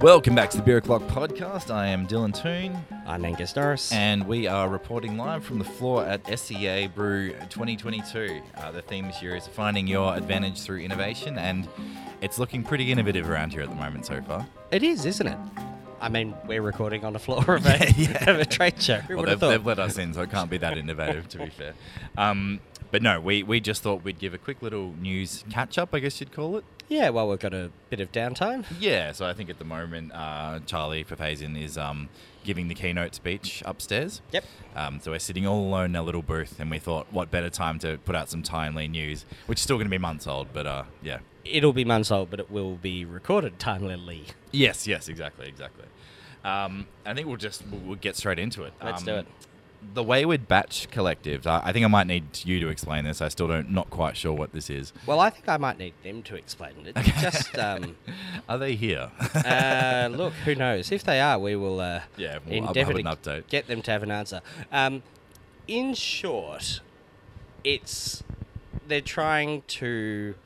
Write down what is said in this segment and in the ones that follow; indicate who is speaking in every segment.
Speaker 1: Welcome back to the Beer O'Clock podcast. I am Dylan Toon,
Speaker 2: I'm Angus Norris.
Speaker 1: and we are reporting live from the floor at SEA Brew 2022. Uh, the theme this year is finding your advantage through innovation, and it's looking pretty innovative around here at the moment so far.
Speaker 2: it is, isn't it? I mean, we're recording on the floor of a,
Speaker 1: Yeah.
Speaker 2: of a trade show. Who
Speaker 1: Well,
Speaker 2: would
Speaker 1: they've,
Speaker 2: have
Speaker 1: they've let
Speaker 2: thought?
Speaker 1: us in, so it can't be that innovative, to be fair. Um, but no, we, we just thought we'd give a quick little news catch up, I guess you'd call it.
Speaker 2: Yeah, well, we've got a bit of downtime.
Speaker 1: Yeah, so I think at the moment, uh, Charlie Papazian is um, giving the keynote speech upstairs.
Speaker 2: Yep.
Speaker 1: Um, so we're sitting all alone in our little booth, and we thought, what better time to put out some timely news, which is still going to be months old, but uh, yeah.
Speaker 2: It'll be months old, but it will be recorded timelily.
Speaker 1: Yes, yes, exactly, exactly. Um, I think we'll just we'll, we'll get straight into it.
Speaker 2: Let's
Speaker 1: Um,
Speaker 2: do it.
Speaker 1: The Wayward Batch Collective. I, I think I might need you to explain this. I still don't not quite sure what this is.
Speaker 2: Well, I think I might need them to explain it. Just um,
Speaker 1: Are they here?
Speaker 2: uh, look, who knows? If they are, we will uh,
Speaker 1: Yeah, we'll- I'll
Speaker 2: endeavour
Speaker 1: have
Speaker 2: to
Speaker 1: an update.
Speaker 2: get them to have an answer. Um, in short, it's they're trying to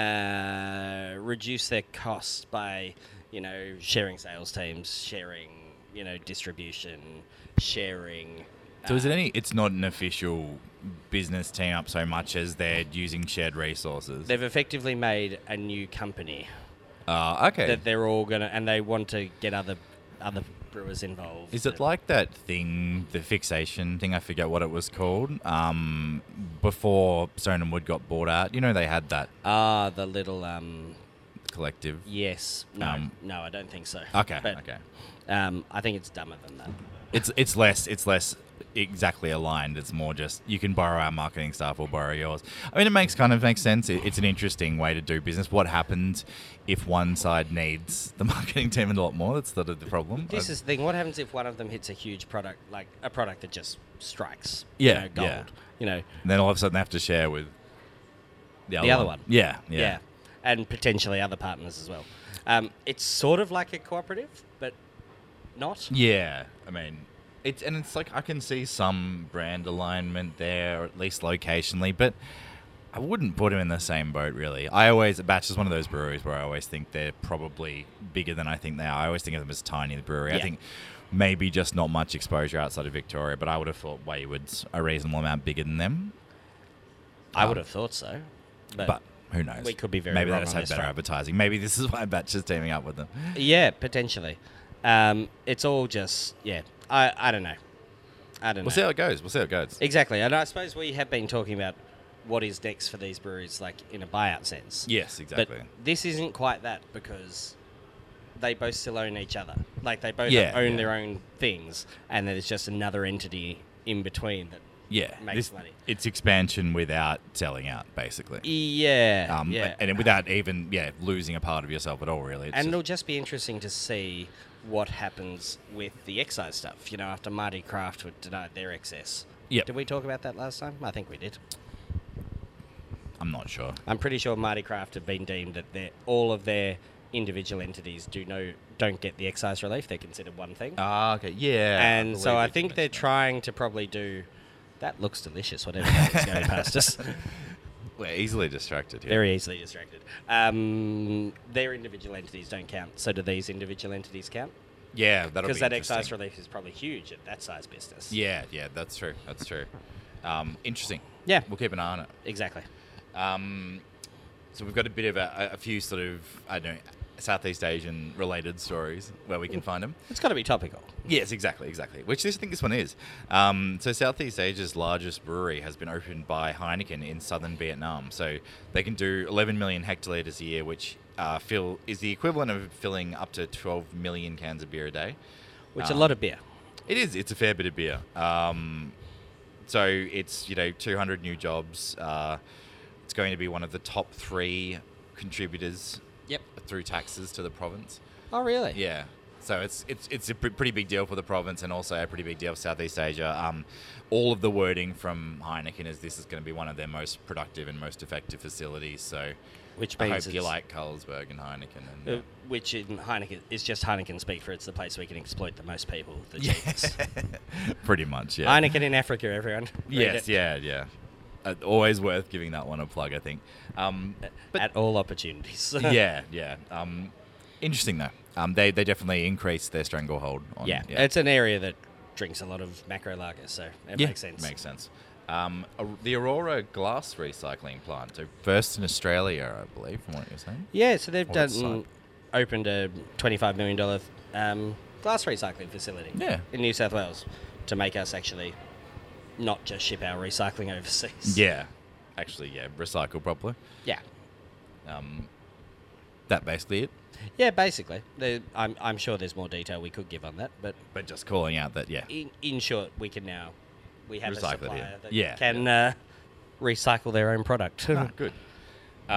Speaker 2: uh, reduce their costs by, you know, sharing sales teams, sharing, you know, distribution, sharing.
Speaker 1: So is it any? It's not an official business team up so much as they're using shared resources.
Speaker 2: They've effectively made a new company
Speaker 1: Uh, okay.
Speaker 2: that they're all gonna, and they want to get other other brewers involved.
Speaker 1: Is it like that thing, the fixation thing? I forget what it was called. Um, before Stone and Wood got bought out, you know they had that
Speaker 2: ah the little um
Speaker 1: collective.
Speaker 2: Yes. No.
Speaker 1: Um,
Speaker 2: no, I don't think so.
Speaker 1: Okay.
Speaker 2: But,
Speaker 1: okay.
Speaker 2: Um, I think it's dumber than that.
Speaker 1: It's it's less it's less exactly aligned. It's more just you can borrow our marketing staff or borrow yours. I mean, it makes kind of makes sense. It, it's an interesting way to do business. What happens if one side needs the marketing team a lot more? That's sort of the problem.
Speaker 2: This
Speaker 1: I-
Speaker 2: is the thing. What happens if one of them hits a huge product, like a product that just strikes?
Speaker 1: Yeah,
Speaker 2: You know, gold.
Speaker 1: yeah.
Speaker 2: You know.
Speaker 1: and then all of a sudden they have to share with the other,
Speaker 2: other
Speaker 1: one.
Speaker 2: one.
Speaker 1: Yeah, yeah.
Speaker 2: Yeah. And potentially other partners as well. Um, it's sort of like a cooperative, but not.
Speaker 1: Yeah, I mean, it's and it's like I can see some brand alignment there, or at least locationally, but I wouldn't put them in the same boat really. I always Batch is one of those breweries where I always think they're probably bigger than I think they are. I always think of them as tiny the brewery. I
Speaker 2: Yeah.
Speaker 1: think maybe just not much exposure outside of Victoria, but I would have thought Wayward's a reasonable amount bigger than them.
Speaker 2: I
Speaker 1: Um,
Speaker 2: would have thought so. But,
Speaker 1: But who knows?
Speaker 2: we could be very
Speaker 1: Maybe
Speaker 2: wrong
Speaker 1: they just
Speaker 2: on
Speaker 1: have
Speaker 2: this
Speaker 1: better
Speaker 2: front.
Speaker 1: advertising. Maybe this is why Batch is teaming up with them.
Speaker 2: yeah, potentially. Um, it's all just yeah. I I don't know. I don't know.
Speaker 1: We'll see how it goes. We'll see how it goes.
Speaker 2: Exactly, and I suppose we have been talking about what is next for these breweries, like in a buyout sense.
Speaker 1: yes, exactly.
Speaker 2: But this isn't quite that because they both still own each other. Like they both
Speaker 1: Yeah,
Speaker 2: own
Speaker 1: yeah.
Speaker 2: their own things, and there's just another entity in between that.
Speaker 1: Yeah,
Speaker 2: makes money.
Speaker 1: It's expansion without selling out, basically.
Speaker 2: Yeah,
Speaker 1: Um,
Speaker 2: yeah,
Speaker 1: and without even yeah losing a part of yourself at all, really. It's
Speaker 2: and
Speaker 1: just-
Speaker 2: it'll just be interesting to see what happens with the excise stuff. You know, after Marty Craft were denied their excess.
Speaker 1: Yep.
Speaker 2: Did we talk about that last time? I think we did.
Speaker 1: I'm not sure.
Speaker 2: I'm pretty sure Marty Craft have been deemed that their- all of their individual entities do no don't get the excise relief. They're considered one thing,
Speaker 1: Ah, okay, yeah.
Speaker 2: and so I think they're trying to probably do. That looks delicious. Whatever that is going past us,
Speaker 1: We're easily distracted here.
Speaker 2: very easily distracted. Um, their individual entities don't count. So do these individual entities count?
Speaker 1: yeah, that'll
Speaker 2: Because
Speaker 1: be
Speaker 2: that excise
Speaker 1: interesting.
Speaker 2: relief is probably huge at that size business.
Speaker 1: Yeah, yeah, that's true. That's true. Um, interesting.
Speaker 2: Yeah.
Speaker 1: we'll keep an eye on it.
Speaker 2: exactly.
Speaker 1: Um, so we've got a bit of a, a few sort of I don't know Southeast Asian related stories where we can find them.
Speaker 2: It's got to be topical.
Speaker 1: Yes, exactly, exactly. Which this, I think this one is. Um, so Southeast Asia's largest brewery has been opened by Heineken in southern Vietnam. So they can do 11 million hectolitres a year, which uh, fill is the equivalent of filling up to 12 million cans of beer a day.
Speaker 2: Which
Speaker 1: Um,
Speaker 2: a lot of beer.
Speaker 1: It is. It's a fair bit of beer. Um, so it's you know 200 new jobs. Uh, it's going to be one of the top three contributors
Speaker 2: Yep.
Speaker 1: through taxes to the province.
Speaker 2: Oh really?
Speaker 1: Yeah. So it's it's it's a pr- pretty big deal for the province and also a pretty big deal for Southeast Asia. Um, all of the wording from Heineken is this is going to be one of their most productive and most effective facilities. So
Speaker 2: Which
Speaker 1: I
Speaker 2: means
Speaker 1: hope you
Speaker 2: it's-
Speaker 1: like Carlsberg and Heineken. And, uh,
Speaker 2: Uh, which in Heineken is just Heineken speak for it's the place we can exploit the most people. The
Speaker 1: Yeah.
Speaker 2: cheapest.
Speaker 1: pretty much, yeah.
Speaker 2: Heineken in Africa, everyone. Read
Speaker 1: Yes,
Speaker 2: it.
Speaker 1: yeah, yeah. Uh, always worth giving that one a plug, I think. Um, but
Speaker 2: At all opportunities.
Speaker 1: yeah, yeah. Um, Interesting though. Um, they they definitely increased their stranglehold. On,
Speaker 2: yeah, it's an area that drinks a lot of macro lagers, so it
Speaker 1: Yeah,
Speaker 2: makes sense.
Speaker 1: Makes sense. Um, a- the Aurora glass recycling plant, so first in Australia, I believe, from what you're saying.
Speaker 2: Yeah, so they've
Speaker 1: Or
Speaker 2: done
Speaker 1: it's like-
Speaker 2: opened a $25 million um, glass recycling facility
Speaker 1: Yeah.
Speaker 2: in New South Wales to make us actually not just ship our recycling overseas.
Speaker 1: Yeah, actually, yeah, recycle properly.
Speaker 2: Yeah.
Speaker 1: Um, that basically it.
Speaker 2: Yeah, basically. They- I'm, I'm sure there's more detail we could give on that, but
Speaker 1: But just calling out that, yeah,
Speaker 2: in, in short, we can now, we have
Speaker 1: Recycle it,
Speaker 2: a supplier
Speaker 1: yeah.
Speaker 2: that
Speaker 1: Yeah,
Speaker 2: can Uh, recycle their own product.
Speaker 1: Ah, good.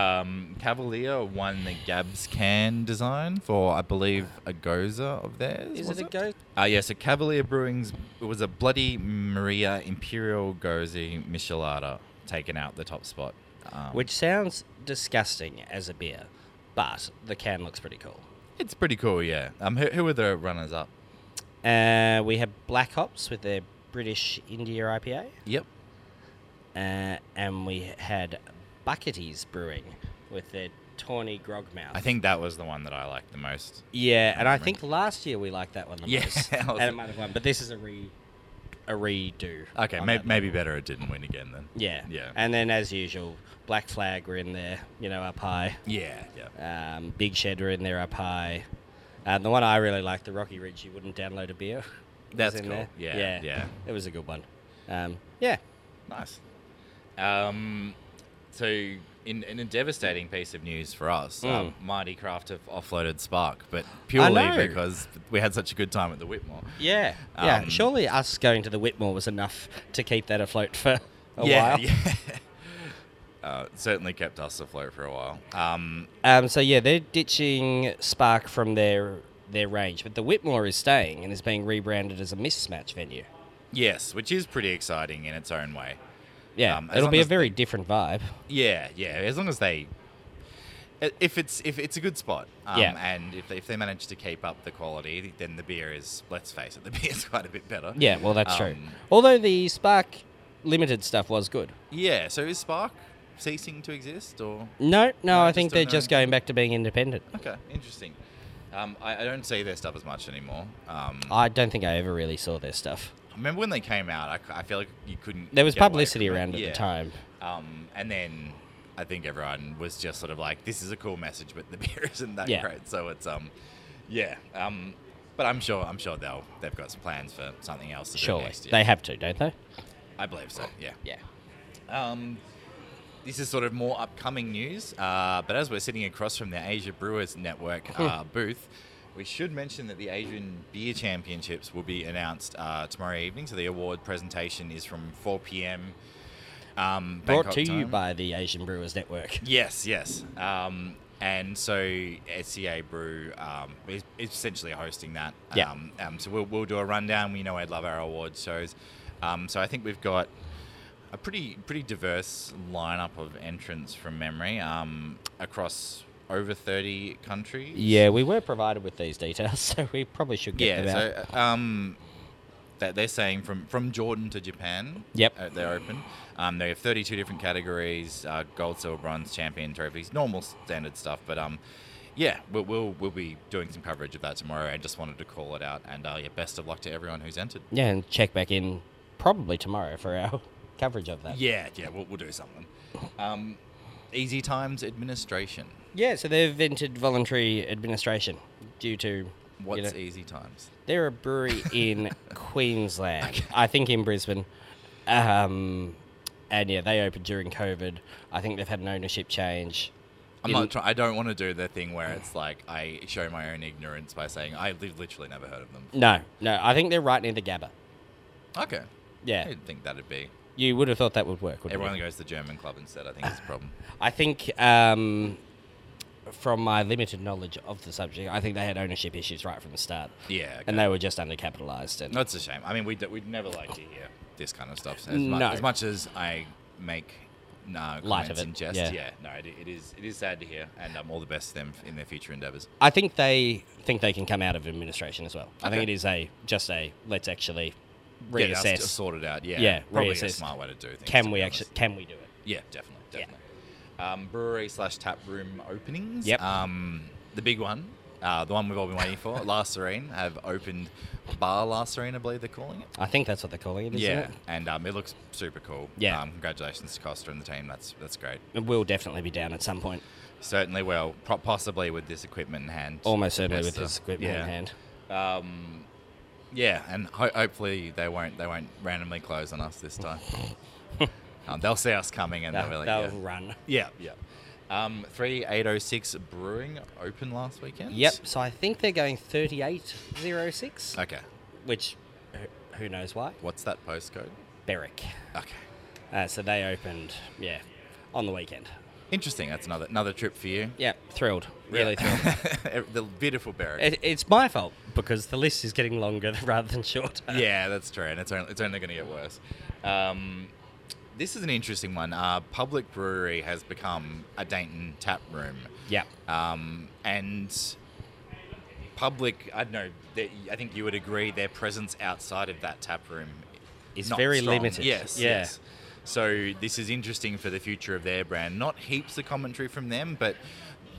Speaker 1: Um, Cavalier won the Gabs can design for, I believe, a goza of theirs.
Speaker 2: Is
Speaker 1: was
Speaker 2: it a go?
Speaker 1: Uh, yeah, so Cavalier Brewing's it was a Bloody Maria Imperial Gozi Michelada taking out the top spot. Um,
Speaker 2: Which sounds disgusting as a beer, but the can looks pretty cool.
Speaker 1: it's pretty cool, yeah. Um, who, who were the runners up?
Speaker 2: Uh, we have Black Hops with their British India IPA,
Speaker 1: Yep.
Speaker 2: uh, and we had Bucketies Brewing with their Tawny Grogmouth.
Speaker 1: I think that was the one that I liked the most.
Speaker 2: Yeah, and I think last year we liked that one the
Speaker 1: Yeah,
Speaker 2: most,
Speaker 1: I was-
Speaker 2: and it might have won. But this is a re, a redo.
Speaker 1: Okay,
Speaker 2: on
Speaker 1: may-
Speaker 2: that.
Speaker 1: maybe better it didn't win again then.
Speaker 2: Yeah,
Speaker 1: Yeah.
Speaker 2: And then as usual, Black Flag were in there, you know, up high.
Speaker 1: Yeah, yeah.
Speaker 2: Um, Big Shed were in there up high. And the one I really liked, the Rocky Ridge, you wouldn't download a beer. was
Speaker 1: That's
Speaker 2: in
Speaker 1: cool.
Speaker 2: there.
Speaker 1: Yeah, yeah.
Speaker 2: It was a good one. Um, yeah,
Speaker 1: Nice. Um, so, in, in a devastating piece of news for us, um,
Speaker 2: Mm.
Speaker 1: Mighty Craft have offloaded Spark, but purely
Speaker 2: know.
Speaker 1: because we had such a good time at the Whitmore.
Speaker 2: Yeah, yeah.
Speaker 1: Um,
Speaker 2: Surely us going to the Whitmore was enough to keep that afloat for a
Speaker 1: yeah,
Speaker 2: while.
Speaker 1: yeah. Uh, certainly kept us afloat for a while. Um,
Speaker 2: Um, so yeah, they're ditching Spark from their their range, but the Whitmore is staying and is being rebranded as a mismatch venue.
Speaker 1: yes, which is pretty exciting in its own way.
Speaker 2: Yeah,
Speaker 1: Um, as
Speaker 2: it'll
Speaker 1: long
Speaker 2: be a
Speaker 1: as
Speaker 2: very different vibe.
Speaker 1: Yeah, yeah. As long as they, i- if it's if it's a good spot, um,
Speaker 2: Yeah.
Speaker 1: and if they, if they manage to keep up the quality, then the beer is let's face it, the beer is quite a bit better.
Speaker 2: Yeah, well that's true.
Speaker 1: Um,
Speaker 2: Although the Spark limited stuff was good.
Speaker 1: Yeah. So is Spark ceasing to exist or?
Speaker 2: No, no,
Speaker 1: No,
Speaker 2: I
Speaker 1: just
Speaker 2: think
Speaker 1: doing their
Speaker 2: they're just
Speaker 1: own
Speaker 2: going back to being independent.
Speaker 1: Okay, interesting. Um, I, I don't see their stuff as much anymore. Um, I
Speaker 2: I don't think I ever really saw their stuff.
Speaker 1: remember when they came out. I, c- I feel like you couldn't.
Speaker 2: Oh. There was
Speaker 1: get away
Speaker 2: publicity
Speaker 1: from it.
Speaker 2: around at
Speaker 1: Yeah.
Speaker 2: the time.
Speaker 1: Um, and then I think everyone was just sort of like, "This is a cool message, but the beer isn't that
Speaker 2: Yeah.
Speaker 1: great." So it's um, yeah. Um, but I'm sure I'm sure they'll they've got some plans for something else. To do
Speaker 2: Surely
Speaker 1: next year.
Speaker 2: they have to, don't they?
Speaker 1: I believe so. Yeah.
Speaker 2: Yeah.
Speaker 1: Um, this is sort of more upcoming news, uh, but as we're sitting across from the Asia Brewers Network
Speaker 2: Hmm.
Speaker 1: uh, booth, we should mention that the Asian Beer Championships will be announced uh, tomorrow evening. So the award presentation is from 4 p.m. Um,
Speaker 2: Brought
Speaker 1: Bangkok
Speaker 2: to you
Speaker 1: time.
Speaker 2: by the Asian Brewers Network.
Speaker 1: Yes, yes. Um, and so SCA Brew um, is is essentially hosting that.
Speaker 2: Yeah.
Speaker 1: Um, um, so we'll, we'll do a rundown. We know I'd love our awards shows. Um, so I think we've got a pretty pretty diverse lineup of entrants from memory um, across over 30 countries.
Speaker 2: Yeah, we were provided with these details, so we probably should get
Speaker 1: Yeah.
Speaker 2: them out.
Speaker 1: So uh, um, that they're saying from from Jordan to Japan.
Speaker 2: Yep.
Speaker 1: uh, they're open. Um, they have 32 different categories: uh, gold, silver, bronze, champion trophies, normal standard stuff. But um, yeah, we'll, we'll we'll be doing some coverage of that tomorrow. I just wanted to call it out, and uh, yeah, best of luck to everyone who's entered.
Speaker 2: Yeah, and check back in probably tomorrow for our coverage of that.
Speaker 1: Yeah, yeah, we'll, we'll do something. Um, Easy Times Administration.
Speaker 2: Yeah, so they've entered voluntary administration due to.
Speaker 1: What's
Speaker 2: you know,
Speaker 1: Easy Times?
Speaker 2: they're a brewery in Queensland, I think in Brisbane. Um, and yeah, they opened during COVID. I think they've had an ownership change.
Speaker 1: I'm
Speaker 2: in-
Speaker 1: not. Try- I don't want to do the thing where it's like I show my own ignorance by saying I've li- literally never heard of them.
Speaker 2: No, no, I think they're right near the Gabba.
Speaker 1: Okay. I
Speaker 2: Yeah,
Speaker 1: didn't think that'd be.
Speaker 2: you would have thought that would work. Wouldn't
Speaker 1: Everyone
Speaker 2: you?
Speaker 1: goes to the German club instead. I think it's a problem.
Speaker 2: I think, um, from my limited knowledge of the subject, I think they had ownership issues right from the start,
Speaker 1: Yeah. Okay.
Speaker 2: and they were just undercapitalized. And
Speaker 1: That's a shame. I mean, we d- we'd never like to hear this kind of stuff. As,
Speaker 2: No.
Speaker 1: much, as much as I make no
Speaker 2: Light of
Speaker 1: comments
Speaker 2: it,
Speaker 1: in jest,
Speaker 2: yeah.
Speaker 1: yeah. No, it, it is. It is sad to hear, and um, all the best to them in their future endeavors.
Speaker 2: I think they think they can come out of administration as well. I think
Speaker 1: Okay.
Speaker 2: it is a just a let's actually
Speaker 1: Get us
Speaker 2: reassess.
Speaker 1: to sort it out. Yeah.
Speaker 2: Yeah,
Speaker 1: Probably a
Speaker 2: reassess.
Speaker 1: smart way to do things.
Speaker 2: can
Speaker 1: to
Speaker 2: we
Speaker 1: be
Speaker 2: actually
Speaker 1: honest.
Speaker 2: can we do it?
Speaker 1: Yeah, definitely.
Speaker 2: Yeah.
Speaker 1: Definitely. Um, brewery slash tap room openings.
Speaker 2: Yep.
Speaker 1: Um, the big one. uh, the one we've all been waiting for, La Serene, have opened Bar La Serene, I believe they're calling it.
Speaker 2: I think that's what they're calling it, isn't
Speaker 1: yeah,
Speaker 2: it?
Speaker 1: and um, it looks super cool.
Speaker 2: Yeah.
Speaker 1: um, congratulations to Costa and the team. That's that's great.
Speaker 2: It will definitely be down at some point.
Speaker 1: Certainly will, pro- possibly with this equipment in hand.
Speaker 2: Almost certainly with
Speaker 1: Leicester.
Speaker 2: this equipment
Speaker 1: yeah.
Speaker 2: in hand.
Speaker 1: Um, yeah, and ho- hopefully they won't they won't randomly close on us this time. um, they'll see us coming and they'll,
Speaker 2: They'll,
Speaker 1: be like,
Speaker 2: they'll
Speaker 1: yeah.
Speaker 2: run.
Speaker 1: Yeah, yeah. Um, 3806 Brewing opened last weekend.
Speaker 2: Yep. So I think they're going 3806,
Speaker 1: Okay.
Speaker 2: which who- who knows why?
Speaker 1: What's that postcode?
Speaker 2: Berwick.
Speaker 1: Okay.
Speaker 2: Uh, so they opened, yeah, on the weekend.
Speaker 1: Interesting. That's another another trip for you.
Speaker 2: Yeah, thrilled. Really thrilled.
Speaker 1: thrilled. the beautiful Berwick.
Speaker 2: It, it's my fault because the list is getting longer rather than shorter.
Speaker 1: yeah, that's true, and it's only, it's only going to get worse. Um, this is an interesting one. Uh, public brewery has become a Dayton tap room,
Speaker 2: Yeah.
Speaker 1: um, and public. I don't know. they- I think you would agree their presence outside of that tap room
Speaker 2: It's
Speaker 1: not
Speaker 2: very
Speaker 1: strong.
Speaker 2: limited.
Speaker 1: Yes.
Speaker 2: Yeah.
Speaker 1: Yes. So this is interesting for the future of their brand. Not heaps of commentary from them, but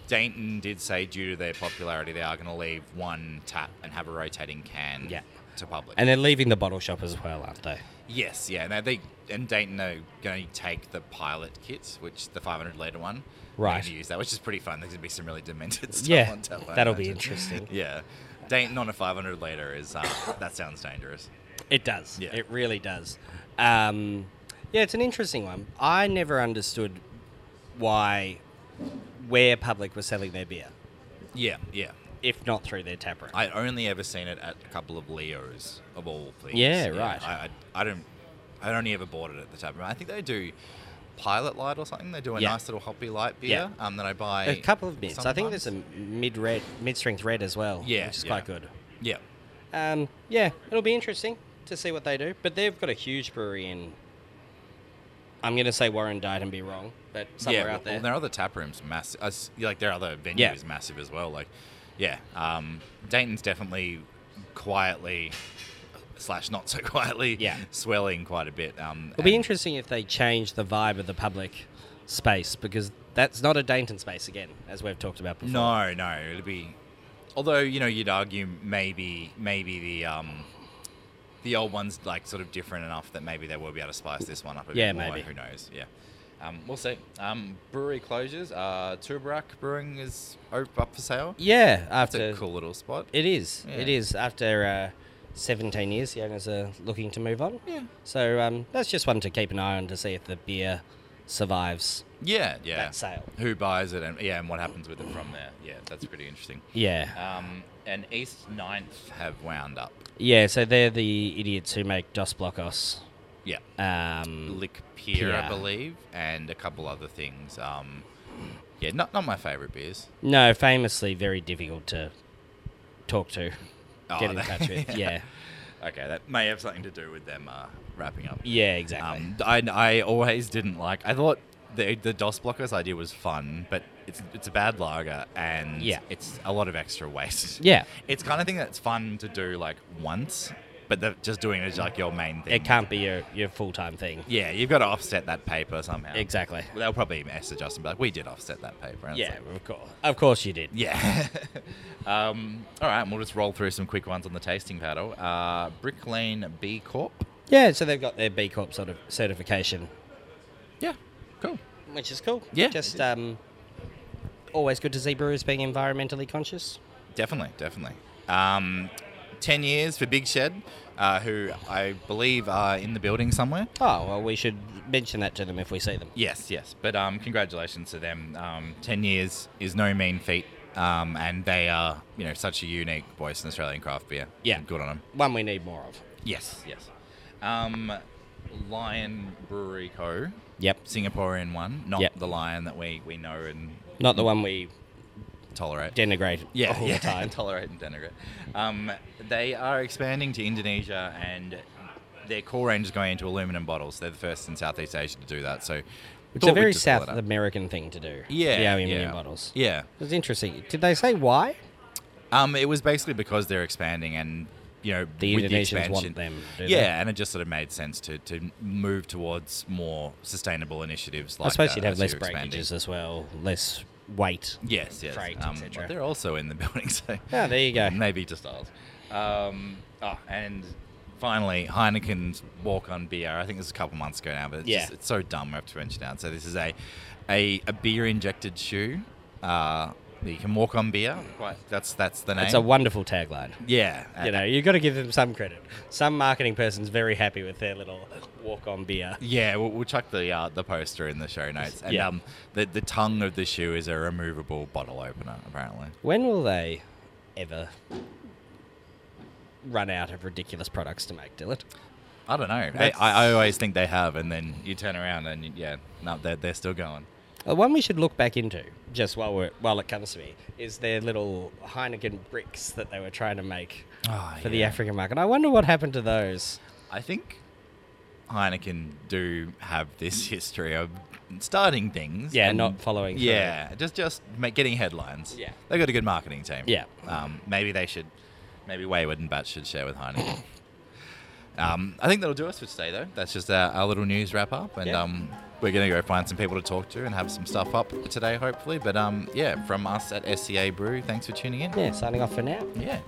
Speaker 1: Dayton did say due to their popularity, they are going to leave one tap and have a rotating can
Speaker 2: Yeah.
Speaker 1: to public.
Speaker 2: And they're leaving the bottle shop as well, aren't they?
Speaker 1: Yes, yeah. Now they and Dayton are going to take the pilot kit, which the 500 liter one. They're
Speaker 2: Right.
Speaker 1: gonna Use that, which is pretty fun. There's going to be some really demented stuff
Speaker 2: Yeah,
Speaker 1: on tap. I
Speaker 2: that'll be
Speaker 1: imagine.
Speaker 2: interesting.
Speaker 1: yeah, Dayton on a 500 liter is uh, that sounds dangerous.
Speaker 2: It does.
Speaker 1: Yeah.
Speaker 2: It really does. Um, yeah, it's an interesting one. I never understood why, where public was selling their beer,
Speaker 1: Yeah, yeah.
Speaker 2: if not through their taproom.
Speaker 1: I only ever seen it at a couple of Leos of all things.
Speaker 2: Yeah, right.
Speaker 1: I, I, I don't. I only ever bought it at the tap room. I think they do Pilot Light or something. They do a
Speaker 2: Yeah.
Speaker 1: nice little hoppy light
Speaker 2: Yeah.
Speaker 1: beer um, that I buy.
Speaker 2: a couple of mids. I think there's a
Speaker 1: sometimes.
Speaker 2: mid red, mid strength red as well.
Speaker 1: Yeah,
Speaker 2: which is
Speaker 1: yeah.
Speaker 2: quite good.
Speaker 1: Yeah,
Speaker 2: Um, yeah, it'll be interesting to see what they do. But they've got a huge brewery in. I'm going to say Warren died and be wrong, but somewhere
Speaker 1: well-
Speaker 2: out there.
Speaker 1: Well, their other tap rooms massive. Like their other venue
Speaker 2: Yeah.
Speaker 1: is massive as well. Like, yeah, um, Dayton's definitely quietly slash not so quietly
Speaker 2: Yeah.
Speaker 1: swelling
Speaker 2: swelling
Speaker 1: quite a bit. Um,
Speaker 2: It'll be interesting if they change the vibe of the public space because that's not a Dainton space again, as we've talked about before.
Speaker 1: No, no, it'll be. Although you know, you'd argue maybe maybe the um, the old ones like sort of different enough that maybe they will be able to spice this one up a bit
Speaker 2: Yeah,
Speaker 1: more.
Speaker 2: maybe.
Speaker 1: Who knows? Yeah. Um, we'll see. Um, brewery closures. Uh, Tubarak Brewing is op- up for sale.
Speaker 2: Yeah,
Speaker 1: That's
Speaker 2: after
Speaker 1: a cool little spot.
Speaker 2: it is, it
Speaker 1: Yeah.
Speaker 2: is after uh, 17 years, the owners are looking to move on.
Speaker 1: Yeah.
Speaker 2: So um, that's just one to keep an eye on to see if the beer survives
Speaker 1: Yeah, yeah.
Speaker 2: that sale.
Speaker 1: Who buys it and yeah, and what happens with it from there? Yeah, that's pretty interesting.
Speaker 2: Yeah,
Speaker 1: Um, and East 9th have wound up.
Speaker 2: yeah. So they're the idiots who make Dos Blocos.
Speaker 1: Yeah,
Speaker 2: Um,
Speaker 1: Lick Pier,
Speaker 2: Pier.
Speaker 1: I believe, and a couple other things. Um, yeah, not not my favorite beers.
Speaker 2: no, famously very difficult to talk to,
Speaker 1: Oh,
Speaker 2: get in
Speaker 1: that-
Speaker 2: touch with. Yeah,
Speaker 1: Okay, that may have something to do with them uh, wrapping up.
Speaker 2: yeah, exactly.
Speaker 1: Um, I, I always didn't like. I thought the the DOS blockers idea was fun, but it's it's a bad lager and
Speaker 2: Yeah.
Speaker 1: it's a lot of extra waste.
Speaker 2: Yeah.
Speaker 1: it's kind of thing that's fun to do like once, but the, just doing it is like your main thing.
Speaker 2: It can't be your, your full time thing.
Speaker 1: Yeah, you've got to offset that paper somehow.
Speaker 2: Exactly.
Speaker 1: Well, They'll probably message us and be like, "We did offset that paper." And it's
Speaker 2: Yeah,
Speaker 1: like,
Speaker 2: of course. Of course you did.
Speaker 1: yeah. um, all right, and we'll just roll through some quick ones on the tasting paddle. Uh, Brick Lane B Corp.
Speaker 2: Yeah, so they've got their B Corp sort of certification,
Speaker 1: Yeah, cool.
Speaker 2: which is cool.
Speaker 1: Yeah, it
Speaker 2: Just
Speaker 1: is.
Speaker 2: um, always good to see brewers being environmentally conscious.
Speaker 1: Definitely, definitely. Um, Ten years for Big Shed, uh, who I believe are in the building somewhere.
Speaker 2: Oh, well, we should mention that to them if we see them.
Speaker 1: Yes, yes. But um, congratulations to them. Um, Ten years is no mean feat, um, and they are you know such a unique voice in Australian craft beer.
Speaker 2: Yeah.
Speaker 1: good on them.
Speaker 2: One we need more of.
Speaker 1: Yes, yes. Um, Lion Brewery Co.
Speaker 2: Yep.
Speaker 1: Singaporean one, not
Speaker 2: Yep.
Speaker 1: the lion that we, we know and
Speaker 2: Not the one we
Speaker 1: tolerate.
Speaker 2: denigrate
Speaker 1: yeah,
Speaker 2: all
Speaker 1: yeah,
Speaker 2: the time.
Speaker 1: tolerate and denigrate. Um, they are expanding to Indonesia and their core range is going into aluminum bottles. They're the first in Southeast Asia to do that. So
Speaker 2: It's
Speaker 1: thought
Speaker 2: a
Speaker 1: we'd
Speaker 2: very
Speaker 1: just pull
Speaker 2: South
Speaker 1: it up.
Speaker 2: American thing to do.
Speaker 1: yeah,
Speaker 2: The
Speaker 1: yeah,
Speaker 2: aluminium bottles.
Speaker 1: Yeah.
Speaker 2: It's interesting. Did they say why?
Speaker 1: Um, it was basically because they're expanding and you know
Speaker 2: The
Speaker 1: with
Speaker 2: Indonesians
Speaker 1: the
Speaker 2: want
Speaker 1: expansion-
Speaker 2: them, do they?
Speaker 1: yeah, and it just sort of made sense to, to move towards more sustainable initiatives. Like
Speaker 2: I suppose
Speaker 1: that
Speaker 2: you'd have
Speaker 1: as
Speaker 2: less
Speaker 1: you're expanding.
Speaker 2: breakages as well, less weight.
Speaker 1: Yes, yes.
Speaker 2: Freight,
Speaker 1: um,
Speaker 2: etc.
Speaker 1: but they're also in the building, so
Speaker 2: Ah, there you go.
Speaker 1: maybe just ours. Um, oh, and finally, Heineken's walk on beer. I think this was a couple months ago now, but it's,
Speaker 2: Yeah.
Speaker 1: just, it's so dumb. We have to mention it out. So this is a a, a beer injected shoe. Uh, that you can walk on beer. Quite. That's that's the name.
Speaker 2: It's a wonderful tagline.
Speaker 1: yeah.
Speaker 2: You know, you've got to give them some credit. Some marketing person's very happy with their little walk on beer.
Speaker 1: Yeah, we'll, we'll chuck the uh, the poster in the show notes, and
Speaker 2: Yeah.
Speaker 1: um, the the tongue of the shoe is a removable bottle opener, apparently.
Speaker 2: When will they ever run out of ridiculous products to make, Dylan?
Speaker 1: I don't know. I,
Speaker 2: That's-
Speaker 1: I always think they have, and then you turn around and you, yeah, no, they're, they're still going.
Speaker 2: The Uh, one we should look back into, just while we're while it comes to me, is their little Heineken bricks that they were trying to make
Speaker 1: Oh,
Speaker 2: for the African market. I wonder what happened to those.
Speaker 1: I think Heineken do have this history of starting things.
Speaker 2: Yeah,
Speaker 1: and-
Speaker 2: not following through.
Speaker 1: Yeah, just just ma- getting headlines.
Speaker 2: Yeah.
Speaker 1: they got a good marketing team.
Speaker 2: Yeah.
Speaker 1: um, maybe they should. Maybe Wayward and Bat should share with Heineken. um, I think that'll do us for today, though. That's just our, our little news wrap up, and
Speaker 2: Yeah.
Speaker 1: um, we're gonna go find some people to talk to and have some stuff up today, hopefully. But um, yeah, from us at SCA Brew, thanks for tuning in.
Speaker 2: Yeah, signing off for now.
Speaker 1: yeah.